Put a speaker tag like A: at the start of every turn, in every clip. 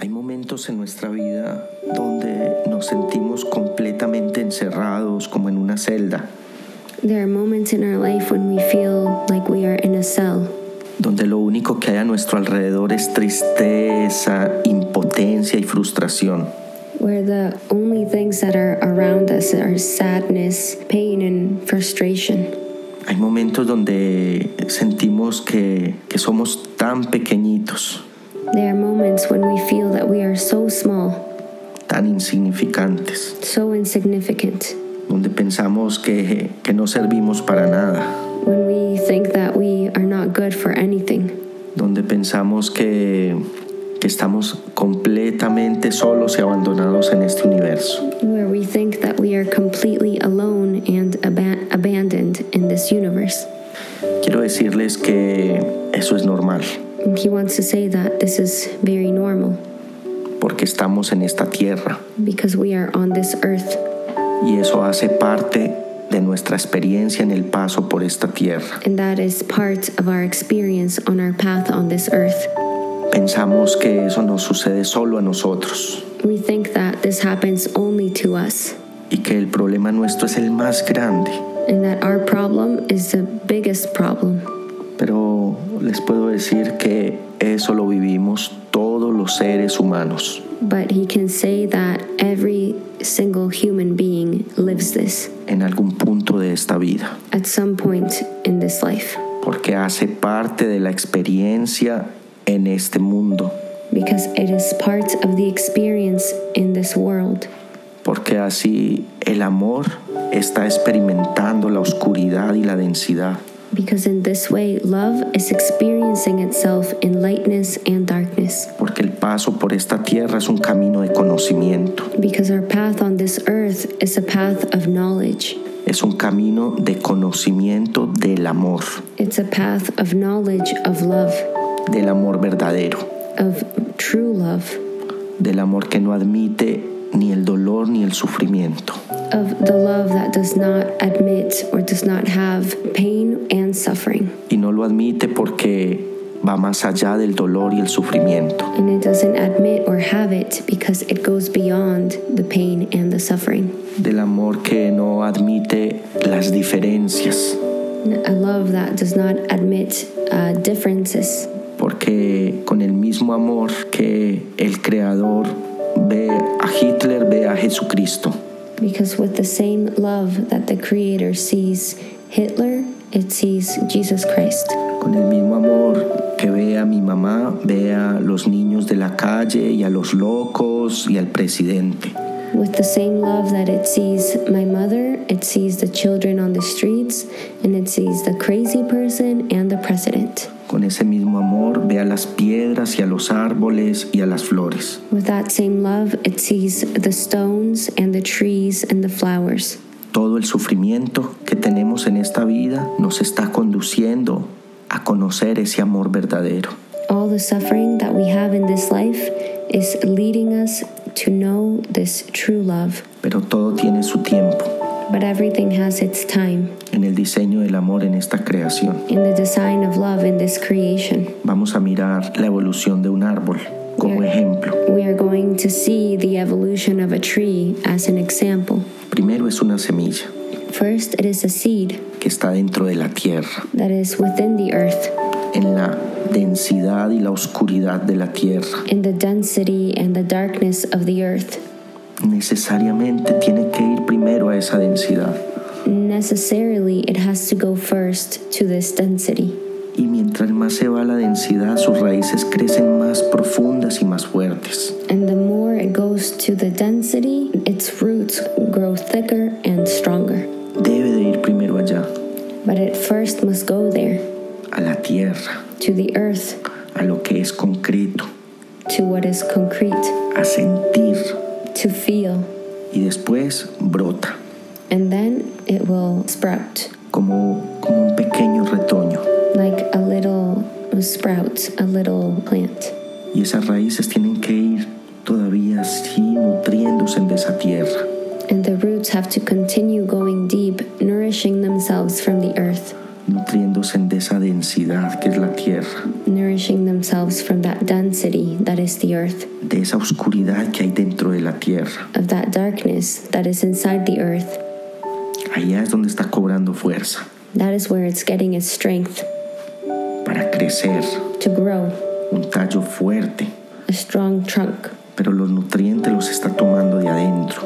A: Hay momentos en nuestra vida donde nos sentimos completamente encerrados como en una celda,
B: There are moments in our life when we feel like we are in a cell,
A: donde lo único que hay a nuestro alrededor es tristeza, impotencia y frustración.
B: where the only things that are around us are sadness, pain, and frustration.
A: Hay momentos donde sentimos que, que somos tan pequeñitos,
B: There are moments when we feel that we are so small,
A: tan insignificantes,
B: so insignificant,
A: donde pensamos que, que no servimos para nada,
B: when we think that we are not good for anything,
A: donde pensamos que, que estamos completamente solos y abandonados en este universo.
B: where we think that we are completely alone and aban abandoned in this universe.
A: Quiero decirles que eso es normal,
B: And he wants to say that this is very normal
A: porque estamos en esta tierra
B: because we are on this earth.
A: y eso hace parte de nuestra experiencia en el paso por esta tierra.
B: And that is part of our experience on our path on this earth.
A: Pensamos que eso nos sucede solo a nosotros
B: We think that this happens only to us
A: y que el problema nuestro es el más grande,
B: and that our problem is the biggest problem.
A: pero les puedo decir que eso lo vivimos todos los seres humanos.
B: But he can say that every single human being lives this
A: en algún punto de esta vida,
B: at some point in this life
A: porque hace parte de la experiencia en este mundo,
B: because it is part of the experience in this world.
A: porque así el amor está experimentando la oscuridad y la densidad,
B: Because in this way, love is experiencing itself in lightness and darkness.
A: porque el paso por esta tierra es un camino de conocimiento,
B: Because our path on this earth is a path of knowledge.
A: es un camino de conocimiento del amor,
B: It's a path of knowledge of love,
A: del amor verdadero,
B: of true love,
A: del amor que no admite ni el dolor ni el sufrimiento.
B: of the love that does not admit or does not have pain and suffering.
A: Y no lo admite porque va más allá del dolor y el sufrimiento.
B: And it doesn't admit or have it because it goes beyond the pain and the suffering.
A: del amor que no admite las diferencias,
B: A love that does not admit uh, differences.
A: porque con el mismo amor que el Creador ve a Hitler, ve a Jesucristo,
B: Because with the same love that the Creator sees Hitler, it sees Jesus Christ.
A: con el mismo amor que ve a mi mamá, ve a los niños de la calle y a los locos y al presidente,
B: With the same love that it sees my mother, it sees the children on the streets, and it sees the crazy person and the president.
A: con ese mismo amor ve a las piedras y a los árboles y a las flores,
B: With that same love, it sees the stones and the trees and the flowers.
A: todo el sufrimiento que tenemos en esta vida nos está conduciendo a conocer ese amor verdadero.
B: All the suffering that we have in this life is leading us to know this true love.
A: pero todo tiene su tiempo
B: But everything has its time
A: en el diseño del amor en esta creación.
B: in the design of love in this creation.
A: Vamos a mirar la evolución de un árbol como ejemplo.
B: We are going to see the evolution of a tree as an example.
A: Primero es una semilla
B: First, it is a seed.
A: que está dentro de la tierra,
B: that is within the earth,
A: en la densidad y la oscuridad de la tierra.
B: in the density and the darkness of the earth.
A: Necesariamente tiene que ir primero a esa densidad.
B: Necessarily, it has to go first to this density.
A: Y mientras más se va a la densidad, sus raíces crecen más profundas y más fuertes.
B: And the more it goes to the density, its roots grow thicker and stronger.
A: Debe de ir primero allá,
B: But it first must go there,
A: a la tierra,
B: to the earth,
A: a lo que es concreto,
B: to what is concrete,
A: a sentir,
B: to feel,
A: y después brota
B: and then it will sprout
A: como, como un pequeño retoño
B: like a little sprout, a little plant.
A: y esas raíces tienen que ir todavía así nutriéndose de esa tierra
B: and the roots have to continue going deep, nourishing themselves from the earth
A: nutriéndose en de esa densidad que es la tierra,
B: nourishing themselves from that density that is the earth,
A: de esa oscuridad que hay dentro de la tierra.
B: of that darkness that is inside the earth.
A: Allá es donde está cobrando fuerza
B: That is where it's getting its strength
A: para crecer
B: to grow,
A: un tallo fuerte,
B: a strong trunk.
A: pero los nutrientes los está tomando de adentro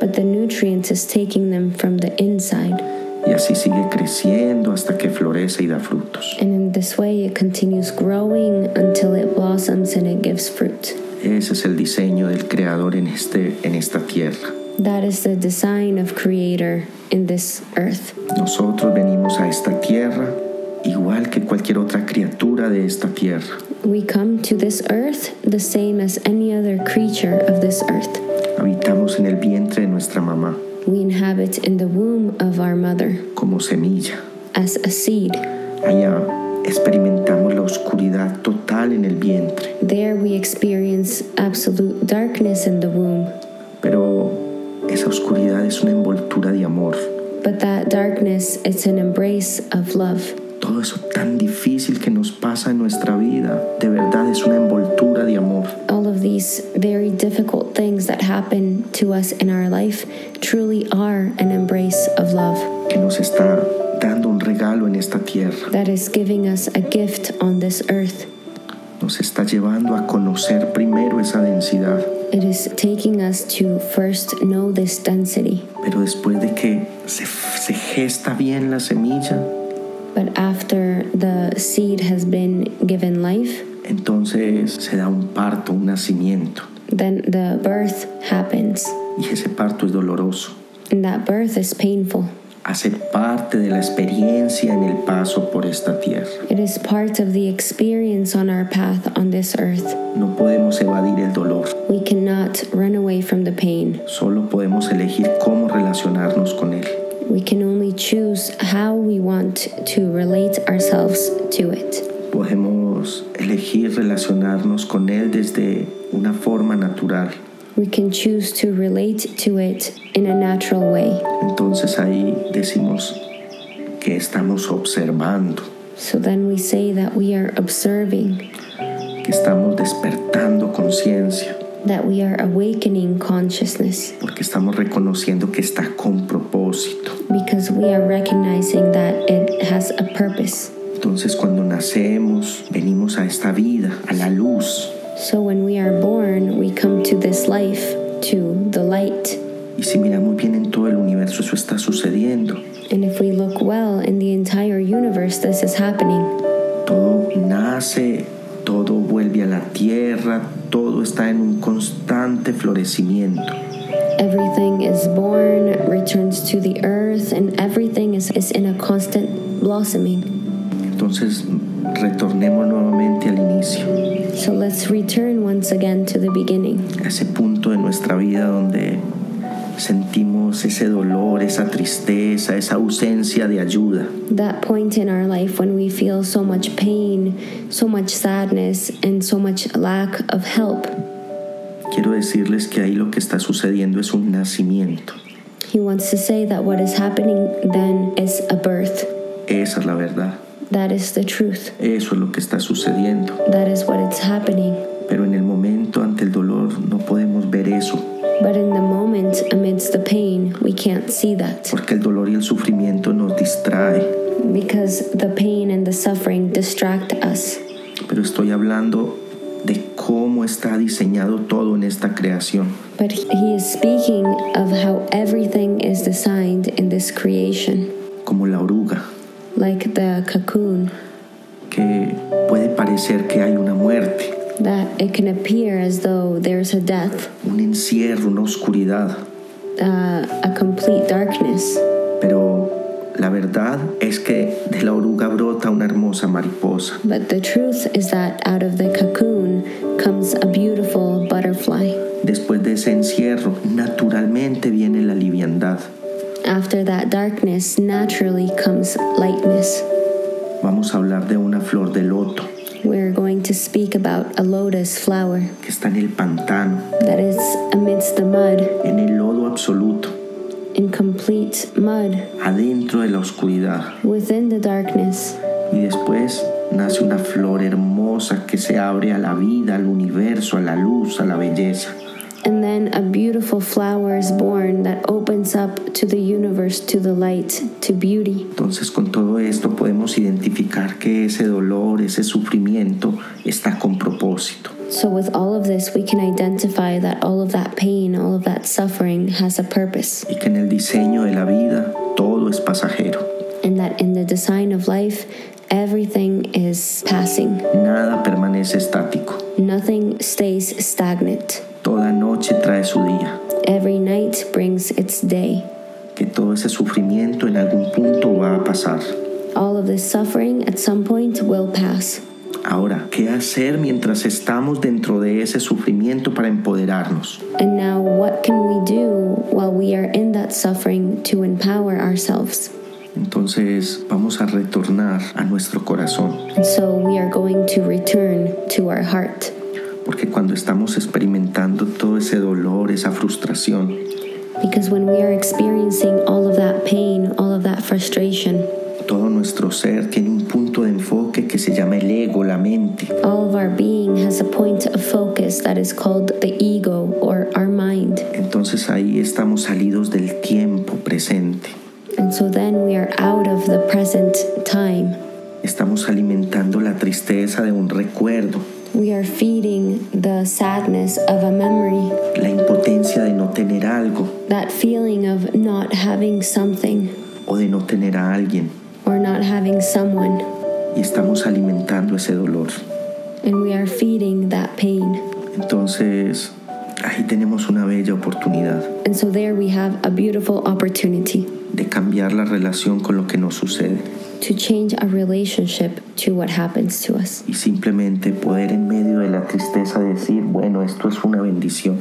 B: But the nutrients is taking them from the inside,
A: y así sigue creciendo hasta que florece y da frutos.
B: and in this way it continues growing until it blossoms and it gives fruit.
A: Ese es el diseño del creador en este en esta tierra.
B: That is the design of Creator in this earth.
A: Nosotros venimos a esta tierra igual que cualquier otra criatura de esta tierra.
B: We come to this earth the same as any other creature of this earth.
A: Habitamos en el vientre de nuestra mamá
B: We inhabit in the womb of our mother
A: como semilla.
B: as a seed.
A: Allá experimentamos la oscuridad total en el vientre,
B: There we experience absolute darkness in the womb,
A: pero esa oscuridad es una envoltura de amor.
B: but that darkness it's an embrace of love.
A: Todo eso tan difícil que nos pasa en nuestra vida, de verdad es una envoltura de amor.
B: All of these very difficult things that happen to us in our life truly are an embrace of love
A: que nos está dando un regalo en esta tierra,
B: that is giving us a gift on this earth.
A: nos está llevando a conocer primero esa densidad,
B: It is taking us to first know this density,
A: pero después de que se, se gesta bien la semilla,
B: but after the seed has been given life,
A: entonces se da un parto, un nacimiento,
B: then the birth happens.
A: y ese parto es doloroso,
B: And that birth is painful.
A: hace parte de la experiencia en el paso por esta tierra.
B: It is part of the experience on our path on this earth.
A: No podemos evadir el dolor,
B: We cannot run away from the pain.
A: solo podemos elegir cómo relacionarnos con él.
B: We can only choose how we want to relate ourselves to it.
A: Podemos elegir relacionarnos con él desde una forma natural.
B: We can choose to relate to it in a natural way.
A: Entonces ahí decimos que estamos observando,
B: So then we say that we are observing,
A: que estamos despertando conciencia,
B: that we are awakening consciousness,
A: porque estamos reconociendo que está con propósito.
B: because we are recognizing that it has a purpose.
A: Entonces cuando nacemos, venimos a esta vida, a la luz,
B: So when we are born, we come to this life, to the light.
A: y si miramos bien en todo el universo eso está sucediendo.
B: And if we look well in the entire universe, this is happening.
A: Todo nace, todo vuelve a la tierra, todo está en un constante florecimiento.
B: Everything is born, returns to the earth, and everything is, is in a constant blossoming.
A: Entonces retornemos nuevamente al inicio.
B: So let's return once again to the beginning,
A: a ese punto de nuestra vida donde sentimos ese dolor, esa tristeza, esa ausencia de ayuda.
B: that point in our life when we feel so much pain, so much sadness, and so much lack of help.
A: Quiero decirles que ahí lo que está sucediendo es un nacimiento.
B: He wants to say that what is happening then is a birth.
A: Esa es la verdad.
B: That is the truth.
A: Eso es lo que está sucediendo.
B: That is what it's happening.
A: Pero en el momento ante el dolor no podemos ver eso,
B: But in the moment, amidst the pain, we can't see that
A: porque el dolor y el sufrimiento nos distrae.
B: because the pain and the suffering distract us.
A: Pero estoy hablando de cómo está diseñado todo en esta creación.
B: But he is speaking of how everything is designed in this creation,
A: Como la oruga,
B: like the cocoon,
A: que puede parecer que hay una muerte,
B: that it can appear as though there's a death,
A: un encierro, una oscuridad,
B: uh, a complete darkness.
A: pero la verdad es que de la oruga brota una hermosa mariposa.
B: But the truth is that out of the cocoon comes a beautiful butterfly.
A: Después de ese encierro, naturalmente viene la liviandad.
B: After that darkness, naturally comes lightness.
A: Vamos a hablar de una flor de loto
B: We're going to speak about a lotus flower
A: que está en el pantano,
B: that is amidst the mud,
A: en el lodo absoluto,
B: in complete mud
A: adentro de la oscuridad.
B: within the darkness.
A: Y después nace una flor hermosa que se abre a la vida, al universo, a la luz, a la belleza.
B: And then a beautiful flower is born that opens up to the universe, to the light, to beauty.
A: Entonces con todo esto podemos identificar que ese dolor, ese sufrimiento está con propósito.
B: So, with all of this, we can identify that all of that pain, all of that suffering has a purpose,
A: Y que en el diseño de la vida todo es pasajero.
B: and that in the design of life, everything is passing.
A: Nada permanece estático.
B: Nothing stays stagnant.
A: Toda noche trae su día.
B: Every night brings its day.
A: Que todo ese sufrimiento en algún punto va a pasar.
B: All of this suffering at some point will pass.
A: Ahora, ¿qué hacer mientras estamos dentro de ese sufrimiento para empoderarnos?
B: And now, what can we do while we are in that suffering to empower ourselves?
A: Entonces vamos a retornar a nuestro corazón,
B: And so, we are going to return to our heart.
A: porque cuando estamos experimentando todo ese dolor, esa frustración,
B: Because when we are experiencing all of that pain, all of that frustration,
A: todo nuestro ser tiene un punto de enfoque que se llama el ego, la mente.
B: all of our being has a point of focus that is called the ego or our mind.
A: Entonces ahí estamos salidos del tiempo presente.
B: And so then we are out of the present time.
A: Estamos alimentando la tristeza de un recuerdo,
B: We are feeding the sadness of a memory,
A: la impotencia de no tener algo
B: that feeling of not having something
A: o de no tener a alguien.
B: or not having someone.
A: Y estamos alimentando ese dolor.
B: And we are feeding that pain.
A: Entonces ahí tenemos una bella oportunidad
B: And so there we have a beautiful opportunity
A: de cambiar la relación con lo que nos sucede
B: to change our relationship to what happens to us.
A: y simplemente poder en medio de la tristeza decir, bueno, esto es una bendición.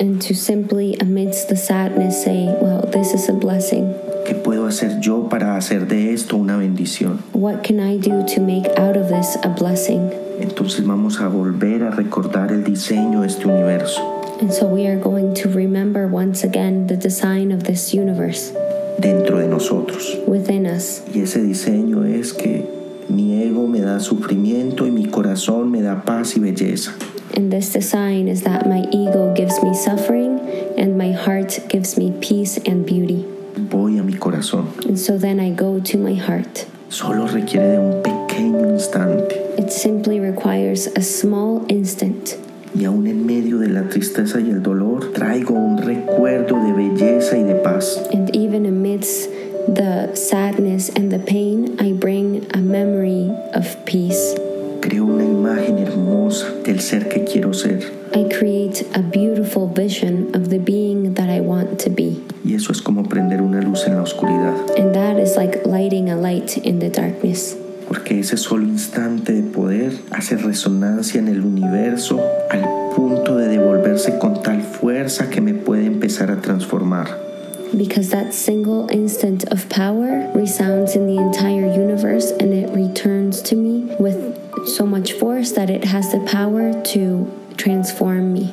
B: and to simply, amidst the sadness, say, Well, this is a blessing.
A: ¿Qué puedo hacer yo para hacer de esto una bendición?
B: What can I do to make out of this a blessing?
A: Entonces vamos a volver a recordar el diseño de este universo
B: And so we are going to remember once again the design of this universe
A: dentro de nosotros.
B: within us.
A: Y ese diseño es que mi ego me da sufrimiento y mi corazón me da paz y belleza.
B: And this design is that my ego gives me suffering and my heart gives me peace and beauty.
A: Voy a mi corazón.
B: And so then I go to my heart.
A: Solo requiere de un pequeño instante.
B: It simply requires a small instant.
A: Y aún en medio de la tristeza y el dolor, traigo un recuerdo de belleza y de paz.
B: And even amidst the sadness and the pain, I bring a memory of peace.
A: Creo una imagen hermosa del ser que quiero ser.
B: I create a beautiful vision of the being that I want to be.
A: Y eso es como prender una luz en la oscuridad.
B: And that is like lighting a light in the darkness.
A: Porque ese solo instante de poder hace resonancia en el universo al punto de devolverse con tal fuerza que me puede empezar a transformar.
B: Because that single instant of power resounds in the entire universe and it returns to me with so much force that it has the power to transform me.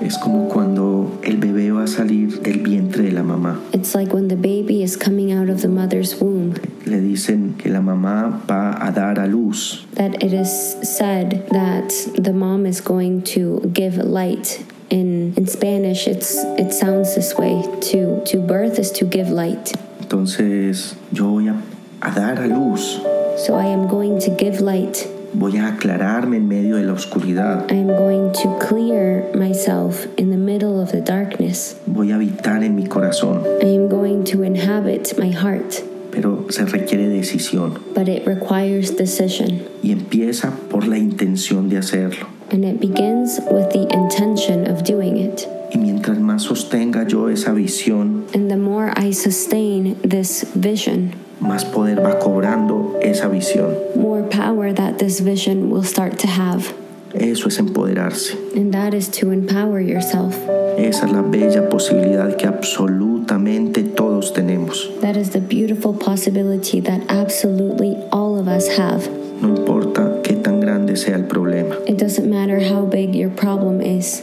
A: Es como cuando el bebé va a salir del vientre de la mamá.
B: It's like when the baby is coming out of the mother's womb.
A: Le dicen que la mamá va a dar a luz.
B: that it is said that the mom is going to give light. In, in Spanish, it's it sounds this way: to to birth is to give light.
A: Entonces yo voy a, a dar a luz.
B: So I am going to give light.
A: Voy a aclararme en medio de la oscuridad.
B: I am going to clear myself in the middle of the darkness.
A: Voy a habitar en mi corazón.
B: I am going to inhabit my heart,
A: Pero se requiere decisión.
B: but it requires decision,
A: Y empieza por la intención de hacerlo.
B: and it begins with the intention of doing it.
A: Y mientras más sostenga yo esa visión,
B: And the more I sustain this vision,
A: más poder va cobrando esa visión.
B: more power that this vision will start to have.
A: Eso es empoderarse.
B: And that is to empower yourself.
A: Esa es la bella posibilidad que absolutamente todos tenemos.
B: That is the beautiful possibility that absolutely all of us have.
A: No importa qué tan grande sea el problema,
B: It doesn't matter how big your problem is,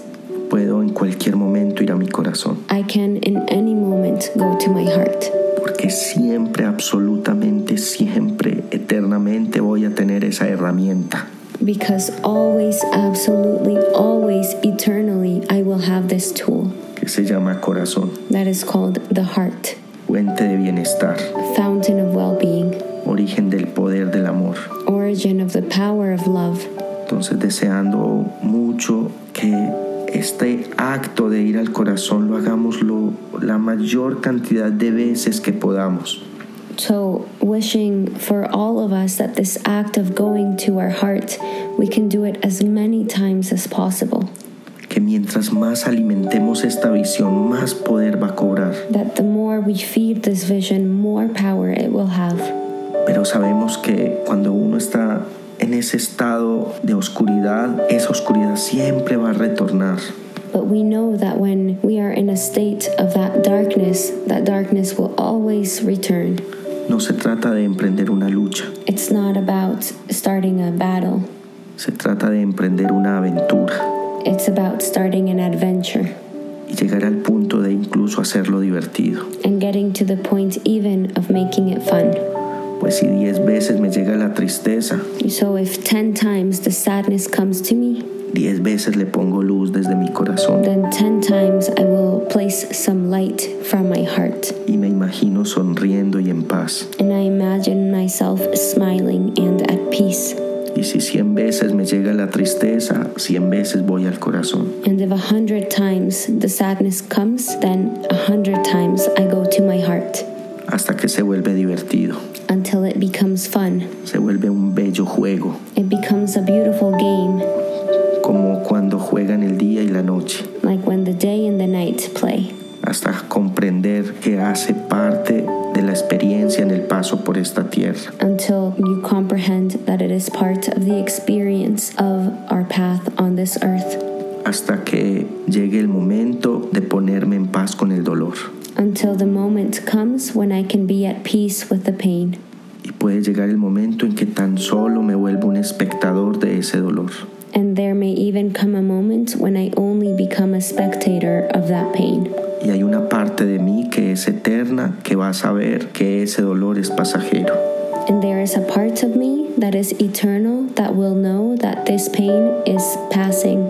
A: puedo en cualquier momento ir a mi corazón.
B: I can in any moment go to my heart
A: Porque siempre, absolutamente, siempre, eternamente voy a tener esa herramienta.
B: because always, absolutely, always, eternally, I will have this tool
A: que se llama corazón,
B: that is called the heart,
A: fuente de bienestar,
B: fountain of well being,
A: origen del poder del amor.
B: origin of the power of love.
A: Entonces deseando mucho que este acto de ir al corazón lo hagamos lo- la mayor cantidad de veces que podamos.
B: So, wishing for all of us that this act of going to our heart, we can do it as many times as possible.
A: Que mientras más alimentemos esta visión, más poder va a cobrar.
B: That the more we feed this vision, more power it will have.
A: Pero sabemos que cuando uno está en ese estado de oscuridad, esa oscuridad siempre va a retornar.
B: But we know that when we are in a state of that darkness, that darkness will always return.
A: No se trata de emprender una lucha,
B: It's not about starting a battle,
A: se trata de emprender una aventura.
B: it's about starting an adventure
A: y llegar al punto de incluso hacerlo divertido.
B: and getting to the point even of making it fun.
A: Pues si 10 veces me llega la tristeza,
B: So, if 10 times the sadness comes to me,
A: 10 veces le pongo luz desde mi corazón
B: then 10 times I will place some light from my heart.
A: y me imagino sonriendo y en paz.
B: And I imagine myself smiling and at peace.
A: Y si 100 veces me llega la tristeza, 100 veces voy al corazón.
B: And if a hundred times the sadness comes, then a hundred times I go to my heart
A: Hasta que se vuelve divertido,
B: until it becomes fun.
A: se vuelve un bello juego,
B: It becomes a beautiful game,
A: como cuando juegan el día y la noche,
B: like when the day and the night play,
A: hasta comprender que hace parte de la experiencia en el paso por esta tierra.
B: until you comprehend that it is part of the experience of our path on this earth,
A: hasta que llegue el momento de ponerme en paz con el dolor.
B: until the moment comes when I can be at peace with the pain.
A: Y puede llegar el momento en que tan solo me vuelvo un espectador de ese dolor.
B: And there may even come a moment when I only become a spectator of that pain.
A: Y hay una parte de mí que es eterna, que va a saber que ese dolor es pasajero.
B: And there is a part of me that is eternal that will know that this pain is passing.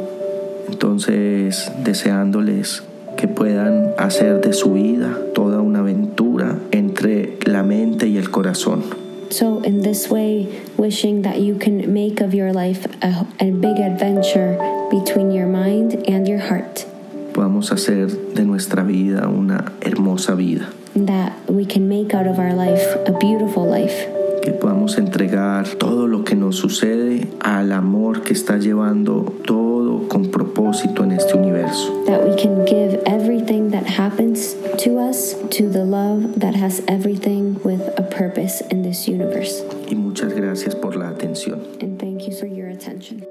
A: Entonces, deseándoles que puedan hacer de su vida toda una aventura entre la mente y el corazón.
B: So, in this way, wishing that you can make of your life a, a big adventure between your mind and your heart,
A: Podamos hacer de nuestra vida una hermosa vida.
B: that we can make out of our life a beautiful life,
A: que podamos entregar todo lo que nos sucede al amor que está llevando todo con propósito en este universo.
B: that we can give everything that happens to us to the love that has everything with a purpose in this universe.
A: Y muchas gracias por la atención.
B: And thank you for your attention.